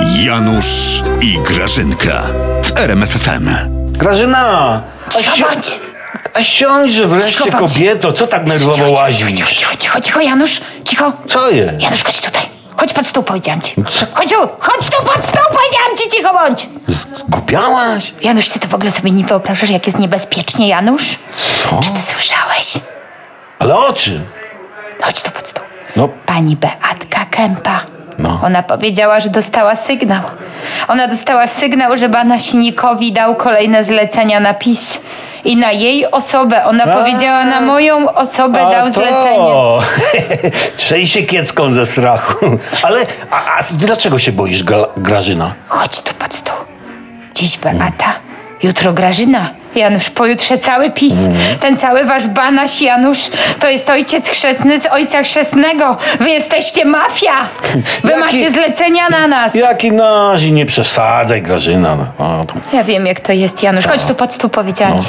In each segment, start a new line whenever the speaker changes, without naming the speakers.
Janusz i Grażynka w RMFFM.
Grażyna!
Cicho
si-
bądź.
a siądźże wreszcie,
Cicho bądź.
kobieto, co tak nerwowo
Cicho,
łazisz?
cicho, cicho, cicho, Janusz, cicho.
Co jest?
Janusz, chodź tutaj. Chodź pod stół, powiedziałam
No
ci. Chodź tu, chodź tu pod stół, powiedziałam ci, cicho bądź.
Zgubiałaś?
Janusz, ty to w ogóle sobie nie wyobrażasz, jak jest niebezpiecznie, Janusz?
Co?
Czy ty słyszałeś?
Ale o czym?
Chodź tu pod stół.
No.
Pani Beatka Kępa.
No.
Ona powiedziała, że dostała sygnał. Ona dostała sygnał, że Banasinikowi dał kolejne zlecenia na PiS. I na jej osobę. Ona
A.
powiedziała, na moją osobę dał zlecenie.
Trzej się kiecką ze strachu. Ale a, a dlaczego się boisz, Gra- Grażyna?
Chodź tu pod stół. Dziś Beata, jutro Grażyna. Janusz, pojutrze cały PiS. Ten cały wasz banaś Janusz to jest ojciec chrzestny z ojca chrzestnego. Wy jesteście mafia. Wy
Jaki-
macie zlecenia na nas. Ja...
Jaki nazi, nie przesadzaj, Grażyna. No, No, to-
wiem, jak to jest, Janusz. Chodź tu pod stół, powiedziałam ci.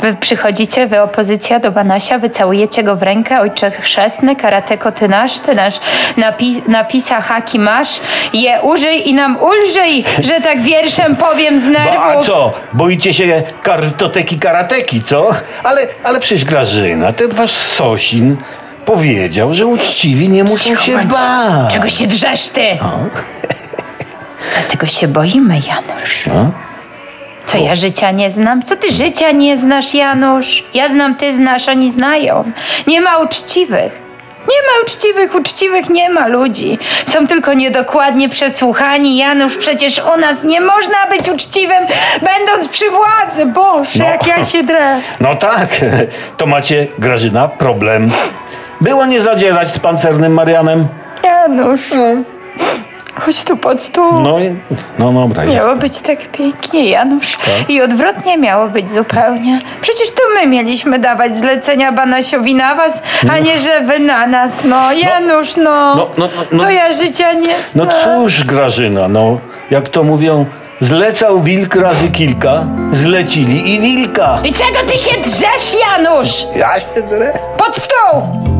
Wy przychodzicie, wy opozycja do Banasia, wy całujecie go w rękę, ojcze chrzestny, karateko ty nasz, ty nasz, napi- napisa haki masz, je użyj i nam ulżyj, że tak wierszem powiem z nerwów.
Ba, a co? Boicie się kartoteki karateki, co? Ale, ale przecież Grażyna, ten wasz Sosin powiedział, że uczciwi nie muszą
Cicho
się
bądź.
bać. No.
Czego się wrzesz ty? Dlatego się boimy, Janusz. Co ja życia nie znam? Co ty życia nie znasz, Janusz? Ja znam, ty znasz, oni znają. Nie ma uczciwych. Nie ma uczciwych, uczciwych nie ma ludzi. Są tylko niedokładnie przesłuchani. Janusz, przecież u nas nie można być uczciwym, będąc przy władzy. Boże,
No.
jak ja się drę.
No tak, to macie, Grażyna, problem. Było nie zadzierać z pancernym Marianem?
Janusz, chodź tu pod stół.
No, i- no dobra, jest.
Miało być tak pięknie, Janusz.
Tak?
I odwrotnie miało być zupełnie. Przecież to my mieliśmy dawać zlecenia Banasiowi na was, a nie że wy na nas. No, Janusz, no.
No, no, no, no.
Co ja życia nie
No
znam.
cóż, Grażyna, no, jak to mówią, zlecał wilk razy kilka, zlecili i wilka.
I czego ty się drzesz, Janusz?
Ja się drę.
Pod stół!